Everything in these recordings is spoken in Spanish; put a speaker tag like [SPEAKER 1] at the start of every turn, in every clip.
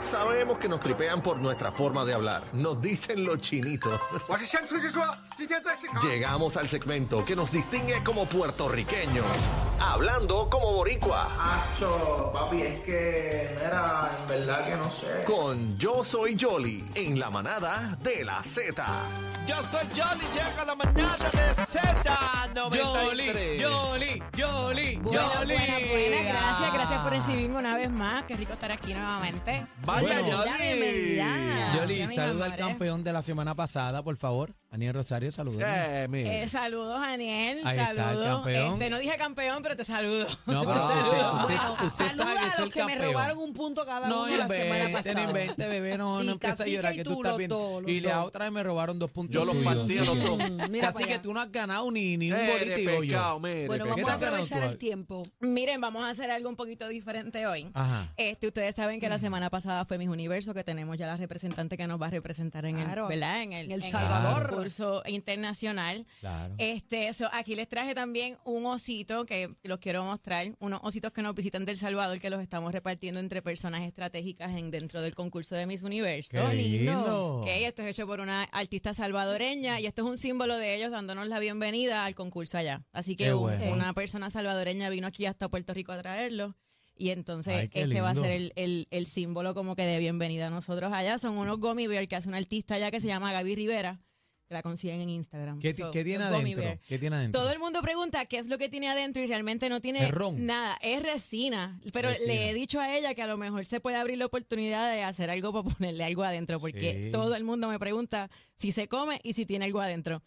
[SPEAKER 1] Sabemos que nos tripean por nuestra forma de hablar. Nos dicen los chinitos.
[SPEAKER 2] 我是山村支书，今天在市场。
[SPEAKER 1] Llegamos al segmento que nos distingue como puertorriqueños. Hablando como boricua.
[SPEAKER 3] Acho, papi, es que, mira, en verdad que no sé.
[SPEAKER 1] Con Yo Soy Jolly en la manada de la Z.
[SPEAKER 4] Yo soy Jolly, llega la manada de
[SPEAKER 5] Yoli,
[SPEAKER 4] Z93.
[SPEAKER 5] Yoli, Yoli,
[SPEAKER 6] Buena,
[SPEAKER 5] Yoli.
[SPEAKER 6] buena, buena. Gracias, gracias por recibirme una vez más. Qué rico estar aquí nuevamente.
[SPEAKER 4] Vaya
[SPEAKER 5] Bueno,
[SPEAKER 4] Yoli.
[SPEAKER 6] bienvenida.
[SPEAKER 5] Yoli,
[SPEAKER 6] Ya, ¿eh? mis
[SPEAKER 5] saluda al
[SPEAKER 6] amores.
[SPEAKER 5] campeón de la semana pasada, por favor. Daniel Rosario, saluda.
[SPEAKER 4] Eh, mi.
[SPEAKER 6] Eh, saludos, Daniel.
[SPEAKER 5] Ahí está el
[SPEAKER 6] saludos.
[SPEAKER 5] campeón.
[SPEAKER 6] Este, no dije campeón, pero te saludo.
[SPEAKER 5] No, pero usted, usted- usted
[SPEAKER 7] Saluda
[SPEAKER 5] sabe que
[SPEAKER 7] a
[SPEAKER 5] es
[SPEAKER 7] los
[SPEAKER 5] el
[SPEAKER 7] que me
[SPEAKER 5] campeón.
[SPEAKER 7] robaron un punto cada
[SPEAKER 5] no,
[SPEAKER 7] uno la semana
[SPEAKER 5] invente,
[SPEAKER 7] pasada.
[SPEAKER 5] no invente, bebé, no,
[SPEAKER 7] Sí,
[SPEAKER 5] no empieza a
[SPEAKER 7] Cacique
[SPEAKER 5] llorar
[SPEAKER 7] y
[SPEAKER 5] que tú,
[SPEAKER 7] tú,
[SPEAKER 5] estás
[SPEAKER 7] los
[SPEAKER 5] bien.
[SPEAKER 7] dos, los
[SPEAKER 5] y la
[SPEAKER 7] dos.
[SPEAKER 5] otra vez me robaron dos puntos.
[SPEAKER 1] Yo los
[SPEAKER 5] tuyos,
[SPEAKER 1] partí a
[SPEAKER 5] así
[SPEAKER 1] los
[SPEAKER 5] que-
[SPEAKER 1] dos.
[SPEAKER 7] Mira
[SPEAKER 5] Así
[SPEAKER 7] para
[SPEAKER 5] que
[SPEAKER 7] allá.
[SPEAKER 5] tú no has ganado ni, ni un
[SPEAKER 4] Eh,
[SPEAKER 5] bolito y
[SPEAKER 4] de pescado,
[SPEAKER 5] yo.
[SPEAKER 4] mire,
[SPEAKER 7] Bueno,
[SPEAKER 4] pescado.
[SPEAKER 7] vamos
[SPEAKER 5] te
[SPEAKER 7] a
[SPEAKER 5] has ganado
[SPEAKER 7] aprovechar
[SPEAKER 5] tú?
[SPEAKER 7] el tiempo.
[SPEAKER 6] Miren, vamos a hacer algo un poquito diferente hoy.
[SPEAKER 5] Ajá.
[SPEAKER 6] Este, ustedes saben que la semana pasada fue Mis Universo, que tenemos ya la representante que nos va a representar en
[SPEAKER 7] Claro,
[SPEAKER 6] el, ¿verdad? En el,
[SPEAKER 7] en El Salvador.
[SPEAKER 6] concurso internacional.
[SPEAKER 5] Claro.
[SPEAKER 6] Este, so, aquí les traje también un osito que los quiero mostrar, unos ositos que nos visitan del Salvador que los estamos repartiendo entre personas estratégicas en dentro del concurso de Miss Universo.
[SPEAKER 5] Qué lindo.
[SPEAKER 6] Ok, esto es hecho por una artista salvadoreña y esto es un símbolo de ellos dándonos la bienvenida al concurso allá. Así
[SPEAKER 5] Qué
[SPEAKER 6] que un-
[SPEAKER 5] bueno.
[SPEAKER 6] una persona salvadoreña vino aquí hasta Puerto Rico a traerlo. Y entonces
[SPEAKER 5] Ay, qué
[SPEAKER 6] este va a
[SPEAKER 5] lindo.
[SPEAKER 6] ser el, el- el símbolo como que de bienvenida a nosotros allá. Son unos gummy bear que hace una artista allá que se llama Gaby Rivera, que la consiguen en Instagram.
[SPEAKER 5] ¿Qué, ti-
[SPEAKER 6] So,
[SPEAKER 5] qué tiene
[SPEAKER 6] los gummy
[SPEAKER 5] adentro?
[SPEAKER 6] bear.
[SPEAKER 5] ¿Qué tiene adentro?
[SPEAKER 6] Todo el mundo pregunta qué es lo que tiene adentro y realmente no tiene
[SPEAKER 5] Es ron.
[SPEAKER 6] nada, es resina. Pero
[SPEAKER 5] Resina.
[SPEAKER 6] le he dicho a ella que a lo mejor se puede abrir la oportunidad de hacer algo para ponerle algo adentro, porque
[SPEAKER 5] Sí.
[SPEAKER 6] todo el mundo me pregunta si se come y si tiene algo adentro.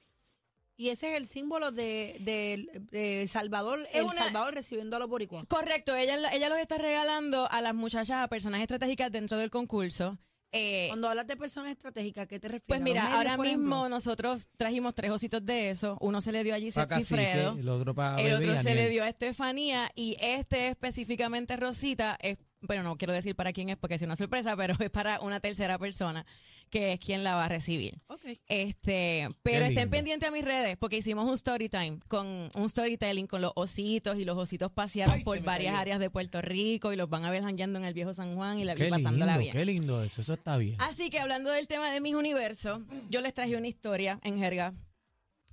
[SPEAKER 7] Y ese es el símbolo de, de, de Salvador,
[SPEAKER 6] Es
[SPEAKER 7] El
[SPEAKER 6] una-
[SPEAKER 7] Salvador recibiendo a los boricuas.
[SPEAKER 6] Correcto, ella, ella los está regalando a las muchachas, a personas estratégicas dentro del concurso. Eh,
[SPEAKER 7] Cuando hablas de personas estratégicas, ¿qué te refieres?
[SPEAKER 6] pues
[SPEAKER 7] ¿A los
[SPEAKER 6] mira,
[SPEAKER 7] medios,
[SPEAKER 6] ahora
[SPEAKER 7] por
[SPEAKER 6] mismo
[SPEAKER 7] ejemplo?
[SPEAKER 6] nosotros trajimos tres ositos de eso. Uno se le dio a
[SPEAKER 5] Pa'
[SPEAKER 6] Gisette
[SPEAKER 5] Cacique,
[SPEAKER 6] Cifredo.
[SPEAKER 5] el otro para
[SPEAKER 6] El
[SPEAKER 5] bebé y
[SPEAKER 6] otro se
[SPEAKER 5] Daniel.
[SPEAKER 6] le dio a Estefanía y este específicamente Rosita es, bueno, no quiero decir para quién es porque es una sorpresa, pero es para una tercera persona que es quien la va a recibir.
[SPEAKER 7] Ok.
[SPEAKER 6] Este, pero estén
[SPEAKER 5] lindo.
[SPEAKER 6] pendientes a mis redes porque hicimos un story time con un storytelling con los ositos y los ositos pasearon por varias áreas de Puerto Rico y los van a ver jangueando en el viejo San Juan y la
[SPEAKER 5] Qué
[SPEAKER 6] vi pasándola
[SPEAKER 5] lindo,
[SPEAKER 6] bien. Ah.
[SPEAKER 5] qué lindo eso. Eso está bien.
[SPEAKER 6] Así que hablando del tema de mis universos, yo les traje una historia en jerga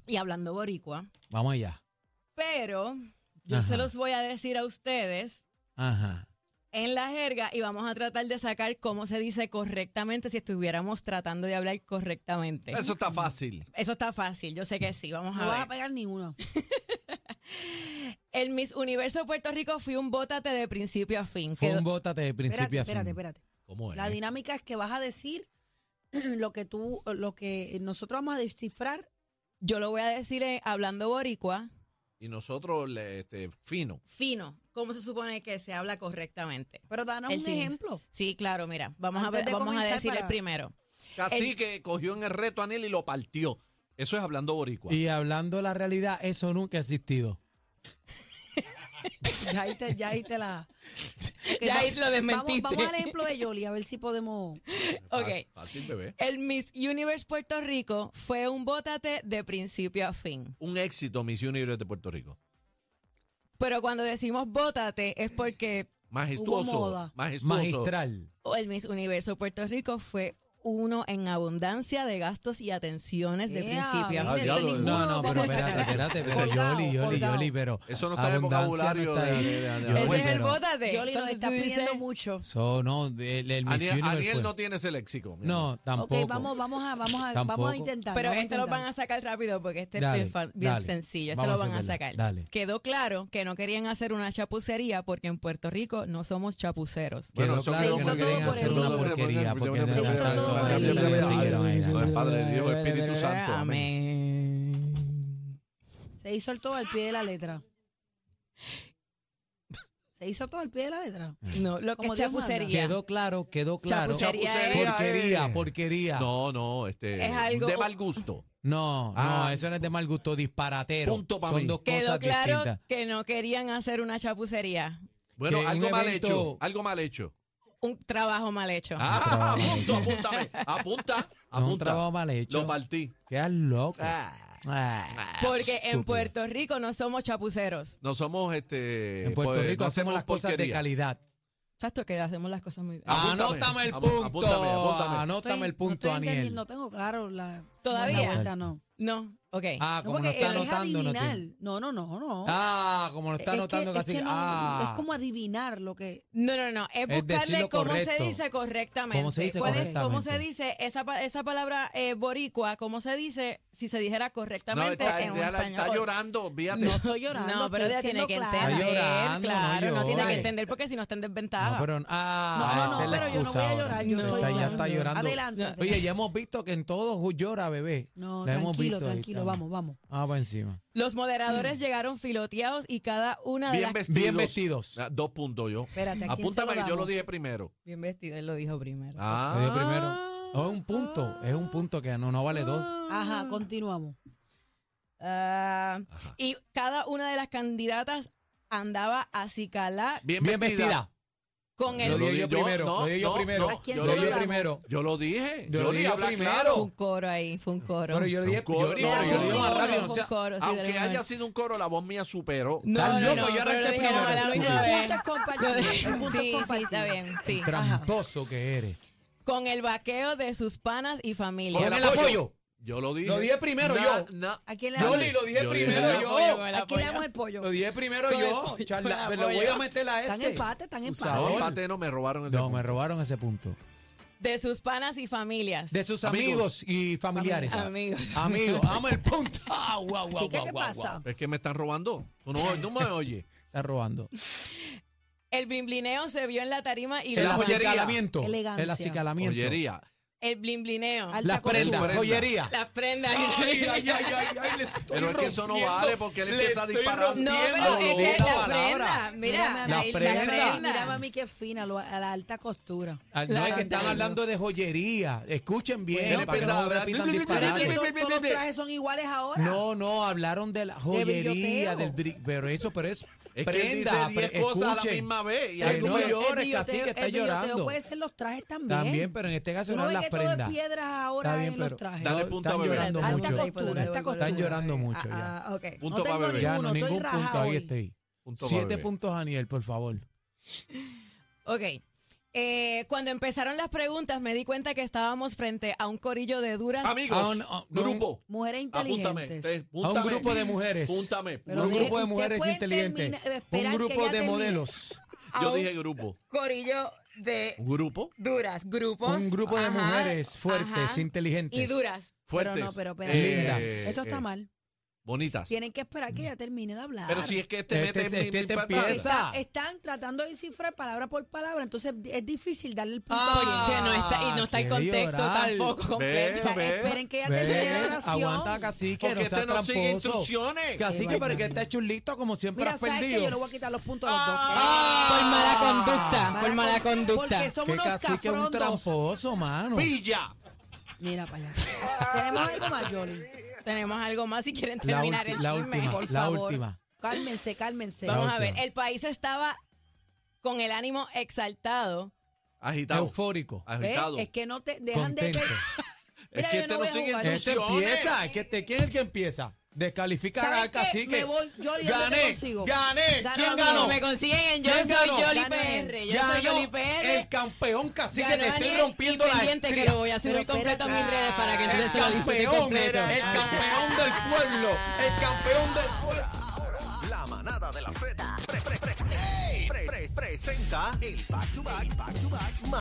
[SPEAKER 6] y hablando boricua.
[SPEAKER 5] Vamos allá.
[SPEAKER 6] Pero yo
[SPEAKER 5] Ajá.
[SPEAKER 6] se los voy a decir a ustedes
[SPEAKER 5] Ajá.
[SPEAKER 6] en la jerga y vamos a tratar de sacar cómo se dice correctamente si estuviéramos tratando de hablar correctamente.
[SPEAKER 4] Eso está fácil.
[SPEAKER 6] Eso está fácil, yo sé que sí, vamos
[SPEAKER 7] No vas
[SPEAKER 6] a
[SPEAKER 7] a
[SPEAKER 6] ver.
[SPEAKER 7] pagar ni uno.
[SPEAKER 6] El Miss Universo Puerto Rico fui un bótate de principio a fin.
[SPEAKER 5] Fue
[SPEAKER 6] Quedó-
[SPEAKER 5] un bótate de
[SPEAKER 7] Espérate,
[SPEAKER 5] principio a fin.
[SPEAKER 7] espérate, espérate.
[SPEAKER 5] ¿Cómo es?
[SPEAKER 7] La dinámica es que vas a decir lo que tú, lo que nosotros vamos a descifrar.
[SPEAKER 6] yo lo voy a decir eh, hablando boricua,
[SPEAKER 4] Y nosotros, le- este, fino.
[SPEAKER 6] fino, cómo se supone que se habla correctamente.
[SPEAKER 7] Pero danos
[SPEAKER 6] El
[SPEAKER 7] un
[SPEAKER 6] signo.
[SPEAKER 7] ejemplo.
[SPEAKER 6] Sí, claro, mira, vamos a
[SPEAKER 7] Antes
[SPEAKER 6] ver,
[SPEAKER 7] de
[SPEAKER 6] vamos a
[SPEAKER 7] comenzar
[SPEAKER 6] decir el
[SPEAKER 7] para-
[SPEAKER 6] primero.
[SPEAKER 4] Así que cogió en el reto a Nelly y lo partió. Eso es hablando boricua.
[SPEAKER 5] Y hablando la realidad, eso nunca ha existido.
[SPEAKER 7] Ya ahí te, ya ahí te la. Ok,
[SPEAKER 6] Ya ahí
[SPEAKER 7] vamos-
[SPEAKER 6] lo desmentiste.
[SPEAKER 7] Vamos, vamos al ejemplo de Yoli, a ver si podemos.
[SPEAKER 6] Ok.
[SPEAKER 4] Fácil, bebé.
[SPEAKER 6] El Miss Universe Puerto Rico fue un bótate de principio a fin.
[SPEAKER 4] Un éxito, Miss Universe de Puerto Rico.
[SPEAKER 6] Pero cuando decimos bótate es porque
[SPEAKER 4] Majestuoso.
[SPEAKER 7] moda.
[SPEAKER 4] Majestuoso.
[SPEAKER 5] Magistral.
[SPEAKER 6] el Miss Universo Puerto Rico fue uno en abundancia de gastos y atenciones de
[SPEAKER 7] Ea,
[SPEAKER 6] principio
[SPEAKER 7] mira,
[SPEAKER 6] a
[SPEAKER 4] Ah,
[SPEAKER 6] fin.
[SPEAKER 7] eso
[SPEAKER 4] diablo,
[SPEAKER 7] ninguno
[SPEAKER 5] No,
[SPEAKER 7] lo
[SPEAKER 5] no,
[SPEAKER 7] vamos
[SPEAKER 5] pero
[SPEAKER 7] a sacar.
[SPEAKER 5] espérate, espérate, pero
[SPEAKER 7] Colgado,
[SPEAKER 5] Yoli, Yoli,
[SPEAKER 7] colgado.
[SPEAKER 5] Yoli, pero
[SPEAKER 4] Eso no está en el
[SPEAKER 5] abundancia
[SPEAKER 4] vocabulario
[SPEAKER 5] no está ahí.
[SPEAKER 4] de- de- de-
[SPEAKER 5] Yoli,
[SPEAKER 6] Ese es el
[SPEAKER 5] pero-
[SPEAKER 6] bótate.
[SPEAKER 7] Yoli nos
[SPEAKER 6] Cuando
[SPEAKER 7] está
[SPEAKER 6] tú dices-
[SPEAKER 7] pidiendo mucho.
[SPEAKER 5] So, no, el, el Miss
[SPEAKER 4] Aniel,
[SPEAKER 5] Universe
[SPEAKER 4] Aniel
[SPEAKER 5] fue-
[SPEAKER 4] no tiene ese léxico. mi amor.
[SPEAKER 5] No, tampoco.
[SPEAKER 7] Ok, vamos, vamos, a, vamos, a,
[SPEAKER 5] Tampoco.
[SPEAKER 7] vamos a intentar.
[SPEAKER 6] Pero
[SPEAKER 7] vamos a
[SPEAKER 6] este lo
[SPEAKER 7] intentar.
[SPEAKER 6] van a sacar rápido porque este
[SPEAKER 5] Dale,
[SPEAKER 6] es bien, fa- bien
[SPEAKER 5] dale.
[SPEAKER 6] sencillo. Este
[SPEAKER 5] Vamos
[SPEAKER 6] lo
[SPEAKER 5] a
[SPEAKER 6] van a
[SPEAKER 5] sacarla,
[SPEAKER 6] sacar.
[SPEAKER 5] dale.
[SPEAKER 6] Quedó claro que no querían hacer una chapucería porque en Puerto Rico no somos chapuceros.
[SPEAKER 4] Bueno,
[SPEAKER 5] Quedó
[SPEAKER 4] eso
[SPEAKER 5] claro
[SPEAKER 7] quedó
[SPEAKER 5] que
[SPEAKER 7] muy
[SPEAKER 5] no
[SPEAKER 7] bien.
[SPEAKER 5] quieren
[SPEAKER 7] Se hizo
[SPEAKER 5] hacer
[SPEAKER 7] todo
[SPEAKER 5] una
[SPEAKER 7] por el-
[SPEAKER 5] porquería porque
[SPEAKER 4] Se
[SPEAKER 5] de- de-
[SPEAKER 7] hizo
[SPEAKER 5] de-
[SPEAKER 7] todo por
[SPEAKER 5] de- de-
[SPEAKER 7] el-
[SPEAKER 5] de- de- de-
[SPEAKER 7] Padre,
[SPEAKER 5] siguieron
[SPEAKER 4] Dios,
[SPEAKER 5] ellos.
[SPEAKER 4] Padre, Dios, Espíritu Santo,
[SPEAKER 6] Amén.
[SPEAKER 7] Se hizo el todo al pie de la letra. Se hizo todo al pie de la letra.
[SPEAKER 6] No, lo que es
[SPEAKER 7] Como Dios manda.
[SPEAKER 6] chapucería.
[SPEAKER 5] Quedó claro, quedó claro.
[SPEAKER 6] Chapucería
[SPEAKER 4] es-
[SPEAKER 5] Porquería,
[SPEAKER 4] Eh.
[SPEAKER 5] porquería. No,
[SPEAKER 4] No, no, este.
[SPEAKER 6] Es algo-
[SPEAKER 4] De mal gusto.
[SPEAKER 5] no,
[SPEAKER 4] Ah.
[SPEAKER 5] eso no es de mal gusto, disparatero.
[SPEAKER 4] Punto pa' mí.
[SPEAKER 5] Son dos
[SPEAKER 6] Quedó
[SPEAKER 5] cosas
[SPEAKER 6] claro
[SPEAKER 5] distintas.
[SPEAKER 6] que no querían hacer una chapucería.
[SPEAKER 4] Bueno,
[SPEAKER 5] Que
[SPEAKER 4] algo
[SPEAKER 5] un
[SPEAKER 4] mal
[SPEAKER 5] evento-
[SPEAKER 4] hecho. Algo mal hecho.
[SPEAKER 6] Un trabajo mal hecho.
[SPEAKER 4] Ah, apunto, apúntame. Apunta,
[SPEAKER 5] No es
[SPEAKER 4] apunta.
[SPEAKER 5] un trabajo mal hecho.
[SPEAKER 4] Lo partí.
[SPEAKER 5] Quedas loco.
[SPEAKER 4] Ah,
[SPEAKER 5] Ah,
[SPEAKER 6] Porque en
[SPEAKER 5] estúpido.
[SPEAKER 6] Puerto Rico no somos chapuceros.
[SPEAKER 4] no somos este.
[SPEAKER 5] En Puerto
[SPEAKER 4] pues,
[SPEAKER 5] Rico
[SPEAKER 4] no
[SPEAKER 5] hacemos las cosas de
[SPEAKER 4] porquería.
[SPEAKER 5] calidad.
[SPEAKER 6] O Exacto, que hacemos las cosas muy bien.
[SPEAKER 4] Ah,
[SPEAKER 5] Anótame el
[SPEAKER 4] apú-
[SPEAKER 5] punto.
[SPEAKER 4] apúntame, apúntame.
[SPEAKER 5] Anótame
[SPEAKER 7] Estoy-
[SPEAKER 5] el punto,
[SPEAKER 7] no estoy entendiendo,
[SPEAKER 5] Aniel.
[SPEAKER 7] No tengo claro la.
[SPEAKER 6] ¿Todavía?
[SPEAKER 7] la vuelta, no.
[SPEAKER 6] No, ok.
[SPEAKER 5] Ah,
[SPEAKER 7] No,
[SPEAKER 5] como no
[SPEAKER 7] porque
[SPEAKER 5] está
[SPEAKER 7] él es
[SPEAKER 5] anotando. No
[SPEAKER 7] adivinar.
[SPEAKER 5] tiene-
[SPEAKER 7] No, no, no, no.
[SPEAKER 5] ah, como no
[SPEAKER 7] Es
[SPEAKER 5] está
[SPEAKER 7] que-
[SPEAKER 5] anotando
[SPEAKER 7] es
[SPEAKER 5] casi.
[SPEAKER 7] que no,
[SPEAKER 5] ah,
[SPEAKER 7] Es como adivinar lo que.
[SPEAKER 6] No, no, no. Es
[SPEAKER 5] Es decir
[SPEAKER 6] buscarle
[SPEAKER 5] lo
[SPEAKER 6] cómo se
[SPEAKER 5] correcto.
[SPEAKER 6] dice correctamente.
[SPEAKER 5] ¿Cómo se dice
[SPEAKER 6] ¿Cuál es- ¿Cómo
[SPEAKER 5] correctamente?
[SPEAKER 6] se dice esa, pa- esa palabra eh, boricua? ¿Cómo se dice si se dijera
[SPEAKER 4] No,
[SPEAKER 6] correctamente
[SPEAKER 4] está,
[SPEAKER 6] en un
[SPEAKER 4] ya la- está
[SPEAKER 6] español?
[SPEAKER 4] llorando, fíjate.
[SPEAKER 7] No estoy llorando.
[SPEAKER 6] No, pero
[SPEAKER 7] estoy
[SPEAKER 6] ella tiene
[SPEAKER 7] siendo
[SPEAKER 6] que
[SPEAKER 7] clara.
[SPEAKER 6] entender.
[SPEAKER 5] llorando, no
[SPEAKER 6] claro, no, tiene que
[SPEAKER 5] llores.
[SPEAKER 6] entender porque si no está en desventaja.
[SPEAKER 5] no, pero, ah,
[SPEAKER 7] No, no,
[SPEAKER 5] esa es la
[SPEAKER 7] pero yo no voy
[SPEAKER 5] excusa
[SPEAKER 7] a
[SPEAKER 5] ahora.
[SPEAKER 7] llorar. Yo
[SPEAKER 6] No.
[SPEAKER 7] estoy
[SPEAKER 5] Está- ya
[SPEAKER 7] llorando.
[SPEAKER 5] está llorando.
[SPEAKER 7] Adelante.
[SPEAKER 5] Oye, ya hemos visto que en todos llora, bebé.
[SPEAKER 7] No,
[SPEAKER 5] La hemos
[SPEAKER 7] tranquilo,
[SPEAKER 5] visto ahí,
[SPEAKER 7] tranquilo.
[SPEAKER 5] está.
[SPEAKER 7] Vamos, vamos.
[SPEAKER 5] Ah, para encima.
[SPEAKER 6] Los moderadores llegaron filoteados y cada una de
[SPEAKER 4] Bien
[SPEAKER 6] las...
[SPEAKER 4] vestidos.
[SPEAKER 5] Bien vestidos.
[SPEAKER 4] Ah, Dos puntos yo.
[SPEAKER 7] Espérate, ¿a quién se
[SPEAKER 4] Apúntame,
[SPEAKER 7] lo
[SPEAKER 4] que yo lo
[SPEAKER 7] damos?
[SPEAKER 4] dije primero.
[SPEAKER 6] Bien vestido, él lo dijo primero.
[SPEAKER 4] Ah.
[SPEAKER 5] Lo dio primero. No, es un punto, es un punto que no, no vale
[SPEAKER 4] Ah.
[SPEAKER 5] dos.
[SPEAKER 7] Ajá, continuamos.
[SPEAKER 6] Ah, y cada una de las candidatas andaba acicalá
[SPEAKER 4] Bien,
[SPEAKER 5] Bien
[SPEAKER 4] vestida.
[SPEAKER 5] vestida.
[SPEAKER 6] con
[SPEAKER 4] Lo
[SPEAKER 5] Lo
[SPEAKER 6] el
[SPEAKER 4] dije
[SPEAKER 5] di yo
[SPEAKER 4] yo,
[SPEAKER 5] primero,
[SPEAKER 4] no,
[SPEAKER 5] lo di yo
[SPEAKER 4] no,
[SPEAKER 5] primero.
[SPEAKER 4] no. ¿A
[SPEAKER 7] quién
[SPEAKER 5] Lo
[SPEAKER 7] se
[SPEAKER 5] di
[SPEAKER 7] lo
[SPEAKER 5] yo
[SPEAKER 7] damos?
[SPEAKER 5] primero.
[SPEAKER 4] Yo lo dije.
[SPEAKER 5] Yo lo
[SPEAKER 4] di,
[SPEAKER 5] dije
[SPEAKER 4] habla
[SPEAKER 5] primero.
[SPEAKER 6] Fue
[SPEAKER 4] claro.
[SPEAKER 6] un coro ahí, fue un coro.
[SPEAKER 5] Pero yo le di
[SPEAKER 4] Un coro,
[SPEAKER 5] yo le di-
[SPEAKER 4] no,
[SPEAKER 5] pero yo le di
[SPEAKER 4] no,
[SPEAKER 5] más
[SPEAKER 4] no,
[SPEAKER 5] rápido.
[SPEAKER 6] no,
[SPEAKER 5] o sea,
[SPEAKER 6] un coro, sí, dale,
[SPEAKER 4] Aunque
[SPEAKER 6] dale.
[SPEAKER 4] haya sido un coro, la voz mía superó.
[SPEAKER 6] No,
[SPEAKER 5] Estás
[SPEAKER 6] no,
[SPEAKER 5] loco,
[SPEAKER 6] no,
[SPEAKER 5] yo arranqué
[SPEAKER 6] pero dije,
[SPEAKER 5] primero,
[SPEAKER 6] no, la
[SPEAKER 5] estúpido.
[SPEAKER 6] última vez.
[SPEAKER 7] El punto es compartido, el punto es
[SPEAKER 6] Sí, sí,
[SPEAKER 7] compartido.
[SPEAKER 6] está bien. Sí.
[SPEAKER 5] Tramposo que eres.
[SPEAKER 6] Con el vaqueo de sus panas y familia.
[SPEAKER 5] Con
[SPEAKER 4] el
[SPEAKER 5] el
[SPEAKER 4] apoyo.
[SPEAKER 5] apoyo.
[SPEAKER 4] Yo lo dije.
[SPEAKER 5] Lo dije primero yo.
[SPEAKER 4] na-
[SPEAKER 7] ¿A quién le damos?
[SPEAKER 5] Yoli, lo dije
[SPEAKER 4] Yo
[SPEAKER 5] primero
[SPEAKER 4] dije-
[SPEAKER 5] yo.
[SPEAKER 6] Apoyo, el
[SPEAKER 7] Aquí le
[SPEAKER 6] apoyo.
[SPEAKER 7] damos el pollo.
[SPEAKER 5] Lo dije primero
[SPEAKER 6] Con el
[SPEAKER 5] yo.
[SPEAKER 6] pollo,
[SPEAKER 5] Charla-
[SPEAKER 6] con el
[SPEAKER 5] pero le voy
[SPEAKER 6] apoyo.
[SPEAKER 5] a meter a
[SPEAKER 7] Están
[SPEAKER 5] este.
[SPEAKER 7] empate, están
[SPEAKER 4] No,
[SPEAKER 5] Usador.
[SPEAKER 7] empate.
[SPEAKER 4] empate no me robaron ese
[SPEAKER 5] No,
[SPEAKER 4] punto.
[SPEAKER 5] me robaron ese punto.
[SPEAKER 6] De sus panas y familias.
[SPEAKER 5] De sus Ah.
[SPEAKER 4] Amigos.
[SPEAKER 5] amigos, y familiares.
[SPEAKER 6] Amigos.
[SPEAKER 5] Amigos. Amo el punto. Ah, guau, guau,
[SPEAKER 7] Así que,
[SPEAKER 5] guau,
[SPEAKER 7] ¿qué
[SPEAKER 5] guau, guau.
[SPEAKER 7] pasa?
[SPEAKER 4] Es que me están robando. Tú no, no me oyes.
[SPEAKER 5] Está robando.
[SPEAKER 6] El blimblineo se vio en la tarima y
[SPEAKER 5] El
[SPEAKER 6] los-
[SPEAKER 4] joyería.
[SPEAKER 5] acicalamiento.
[SPEAKER 7] Elegancia.
[SPEAKER 5] El acicalamiento.
[SPEAKER 4] Joyería.
[SPEAKER 6] el blimblineo.
[SPEAKER 7] Al-
[SPEAKER 5] Las
[SPEAKER 7] Alta costura.
[SPEAKER 5] prendas. Joyería.
[SPEAKER 6] Las prendas.
[SPEAKER 5] Ah. Ay, ay, ay, ay, ay, le estoy
[SPEAKER 4] Pero es que eso no
[SPEAKER 5] rompiendo,
[SPEAKER 4] vale porque él empieza a
[SPEAKER 5] estoy
[SPEAKER 4] disparar.
[SPEAKER 5] rompiendo
[SPEAKER 6] No, pero es que
[SPEAKER 5] la
[SPEAKER 6] la
[SPEAKER 5] palabra.
[SPEAKER 6] prenda. Mira,
[SPEAKER 5] La
[SPEAKER 6] ahí, la
[SPEAKER 5] prenda.
[SPEAKER 6] prenda.
[SPEAKER 7] Mira, mami, qué fina, lo- a la alta costura.
[SPEAKER 5] Ah, No, es
[SPEAKER 6] Claro,
[SPEAKER 5] que están
[SPEAKER 6] claro.
[SPEAKER 5] hablando de joyería. Escuchen bien.
[SPEAKER 4] Él
[SPEAKER 5] para que
[SPEAKER 4] empezaba
[SPEAKER 5] no
[SPEAKER 4] a hablar,
[SPEAKER 5] repitan
[SPEAKER 4] "Bli, bli, bli,
[SPEAKER 7] ¿Pero
[SPEAKER 4] bli,
[SPEAKER 7] es que
[SPEAKER 5] disparates.
[SPEAKER 4] bli,
[SPEAKER 7] todos todos los trajes son iguales ahora?
[SPEAKER 5] No, no, hablaron de la joyería,
[SPEAKER 7] brilloteo.
[SPEAKER 5] del bri- pero eso, pero eso,
[SPEAKER 4] Es que él dice
[SPEAKER 5] prenda,
[SPEAKER 4] 10
[SPEAKER 5] pero
[SPEAKER 4] cosas a la
[SPEAKER 5] escuchen.
[SPEAKER 4] misma vez y
[SPEAKER 5] Eh,
[SPEAKER 4] hay
[SPEAKER 5] no
[SPEAKER 4] brillo-
[SPEAKER 5] llores,
[SPEAKER 7] billoteo-
[SPEAKER 5] cacique, está
[SPEAKER 7] el billoteo
[SPEAKER 5] llorando.
[SPEAKER 7] puede ser los trajes también.
[SPEAKER 5] También, pero en este caso
[SPEAKER 7] Tú no
[SPEAKER 5] eran
[SPEAKER 7] ves
[SPEAKER 5] las
[SPEAKER 7] que todo es
[SPEAKER 5] prendas.
[SPEAKER 7] piedras ahora
[SPEAKER 5] Está bien,
[SPEAKER 7] en los
[SPEAKER 5] pero
[SPEAKER 7] trajes.
[SPEAKER 4] Dale
[SPEAKER 5] no,
[SPEAKER 4] punto
[SPEAKER 5] están
[SPEAKER 4] a Bebé.
[SPEAKER 5] llorando
[SPEAKER 7] Alta
[SPEAKER 5] mucho.
[SPEAKER 7] costura, alta
[SPEAKER 5] Están
[SPEAKER 7] costura.
[SPEAKER 5] llorando mucho ya.
[SPEAKER 6] Ah, ah, ok.
[SPEAKER 4] Punto
[SPEAKER 7] no
[SPEAKER 4] para
[SPEAKER 7] tengo
[SPEAKER 4] beber.
[SPEAKER 5] Ya, no,
[SPEAKER 7] ninguno, estoy
[SPEAKER 5] ningún
[SPEAKER 7] raja
[SPEAKER 5] punto, ahí
[SPEAKER 7] hoy.
[SPEAKER 5] está ahí.
[SPEAKER 4] Punto para
[SPEAKER 5] Siete
[SPEAKER 4] beber.
[SPEAKER 5] puntos, Daniel, por favor.
[SPEAKER 6] Ok. Eh, cuando empezaron las preguntas me di cuenta que estábamos frente a un corillo de duras.
[SPEAKER 4] Amigos,
[SPEAKER 5] A un- a-
[SPEAKER 4] grupo.
[SPEAKER 7] Mujeres
[SPEAKER 4] Apúntame.
[SPEAKER 7] inteligentes.
[SPEAKER 4] te-
[SPEAKER 5] A un
[SPEAKER 4] apúntame.
[SPEAKER 5] grupo de mujeres.
[SPEAKER 4] Apúntame.
[SPEAKER 7] Pero
[SPEAKER 5] un
[SPEAKER 7] deje-
[SPEAKER 5] grupo de
[SPEAKER 7] usted
[SPEAKER 5] mujeres
[SPEAKER 7] puede
[SPEAKER 5] inteligentes.
[SPEAKER 7] terminar-
[SPEAKER 5] Un
[SPEAKER 7] esperar que
[SPEAKER 5] grupo
[SPEAKER 7] ya
[SPEAKER 5] de
[SPEAKER 7] termine.
[SPEAKER 5] modelos.
[SPEAKER 6] a
[SPEAKER 4] Yo
[SPEAKER 6] un
[SPEAKER 4] dije grupo.
[SPEAKER 6] Corillo de
[SPEAKER 4] ¿Un grupo?
[SPEAKER 6] duras, grupos.
[SPEAKER 5] Un grupo de
[SPEAKER 6] Ajá,
[SPEAKER 5] mujeres fuertes,
[SPEAKER 6] ajá.
[SPEAKER 5] inteligentes.
[SPEAKER 6] Y duras.
[SPEAKER 4] Fuertes.
[SPEAKER 7] Pero no, pero espérate.
[SPEAKER 4] eh,
[SPEAKER 5] Lindas.
[SPEAKER 7] Esto está
[SPEAKER 4] eh,
[SPEAKER 7] mal.
[SPEAKER 4] Bonitas.
[SPEAKER 7] Tienen que esperar que ella termine de hablar.
[SPEAKER 4] Pero si es que este,
[SPEAKER 5] Este-
[SPEAKER 4] mete
[SPEAKER 5] este
[SPEAKER 4] mil- mil
[SPEAKER 5] empieza.
[SPEAKER 4] patadas.
[SPEAKER 7] Está- están tratando de descifrar palabra por palabra, entonces es difícil darle el punto.
[SPEAKER 5] Ah,
[SPEAKER 6] Oye, que no está, y no está el
[SPEAKER 5] quiere
[SPEAKER 6] contexto
[SPEAKER 5] llorar.
[SPEAKER 6] tampoco
[SPEAKER 7] o
[SPEAKER 6] completo.
[SPEAKER 7] sea,
[SPEAKER 4] ve,
[SPEAKER 7] esperen que ella termine la
[SPEAKER 5] Ve,
[SPEAKER 7] oración.
[SPEAKER 5] Aguanta, cacique,
[SPEAKER 4] Porque
[SPEAKER 5] no seas
[SPEAKER 4] este no sigue
[SPEAKER 5] tramposo.
[SPEAKER 4] instrucciones.
[SPEAKER 5] Cacique,
[SPEAKER 7] Qué
[SPEAKER 5] pero que
[SPEAKER 7] vaina.
[SPEAKER 5] está chulito como siempre
[SPEAKER 7] Mira,
[SPEAKER 5] has
[SPEAKER 7] ¿sabes que
[SPEAKER 5] perdido. Ah.
[SPEAKER 7] Yo le voy a quitar los puntos a los dos.
[SPEAKER 6] Por mala conducta,
[SPEAKER 7] Mala
[SPEAKER 6] por mala
[SPEAKER 7] con-
[SPEAKER 6] conducta.
[SPEAKER 7] Porque son
[SPEAKER 5] Que
[SPEAKER 7] unos
[SPEAKER 5] cacique es un
[SPEAKER 7] cafrondos.
[SPEAKER 5] tramposo, mano.
[SPEAKER 4] ¡Pilla!
[SPEAKER 7] Mira para allá. Tenemos algo más, Jolie.
[SPEAKER 6] Tenemos algo más si quieren
[SPEAKER 5] La,
[SPEAKER 6] terminar
[SPEAKER 5] ulti-
[SPEAKER 6] el
[SPEAKER 5] la
[SPEAKER 6] chisme.
[SPEAKER 5] última,
[SPEAKER 7] Por
[SPEAKER 5] la
[SPEAKER 7] favor.
[SPEAKER 5] última.
[SPEAKER 7] Cálmense, cálmense.
[SPEAKER 5] La
[SPEAKER 6] Vamos a ver,
[SPEAKER 5] última.
[SPEAKER 6] el país estaba con el ánimo exaltado.
[SPEAKER 4] Agitado.
[SPEAKER 5] Eufórico.
[SPEAKER 7] ¿Ves?
[SPEAKER 4] Agitado.
[SPEAKER 7] Es que no te dejan
[SPEAKER 5] Contento.
[SPEAKER 7] de ver.
[SPEAKER 4] Es
[SPEAKER 7] Mira,
[SPEAKER 4] que
[SPEAKER 7] yo
[SPEAKER 4] este
[SPEAKER 7] no
[SPEAKER 4] no
[SPEAKER 7] voy a
[SPEAKER 4] sigue
[SPEAKER 7] jugar.
[SPEAKER 5] Este
[SPEAKER 4] Opciones.
[SPEAKER 5] empieza. Es que este, ¿Quién es el que empieza? Descalifica
[SPEAKER 7] ¿Sabes
[SPEAKER 5] al
[SPEAKER 7] qué?
[SPEAKER 5] cacique.
[SPEAKER 7] Me voy, Yoli, ¿dónde te
[SPEAKER 5] gané,
[SPEAKER 7] consigo?
[SPEAKER 5] gané.
[SPEAKER 7] Ganó,
[SPEAKER 5] ¿Quién
[SPEAKER 7] no,
[SPEAKER 5] ganó?
[SPEAKER 6] Me consiguen en Yo
[SPEAKER 5] ¿Quién
[SPEAKER 6] soy
[SPEAKER 5] ganó?
[SPEAKER 6] Yoli
[SPEAKER 7] Ganó él.
[SPEAKER 6] PR. Yo soy Yoli
[SPEAKER 5] Ganó el
[SPEAKER 6] PR.
[SPEAKER 5] campeón cacique.
[SPEAKER 6] Ganó
[SPEAKER 5] Te estoy
[SPEAKER 6] Daniel,
[SPEAKER 5] rompiendo
[SPEAKER 6] y
[SPEAKER 5] la
[SPEAKER 6] pendiente que
[SPEAKER 5] estría.
[SPEAKER 6] lo voy a subir
[SPEAKER 7] Pero
[SPEAKER 6] completo a mis
[SPEAKER 7] espérate. Ah,
[SPEAKER 6] redes para que
[SPEAKER 5] El
[SPEAKER 6] entonces lo disfruten
[SPEAKER 5] campeón, el
[SPEAKER 6] completo.
[SPEAKER 5] campeón del pueblo, el campeón del pueblo.
[SPEAKER 1] La manada de la Z pre- pre- pre- pre- pre- presenta el back to back, back to back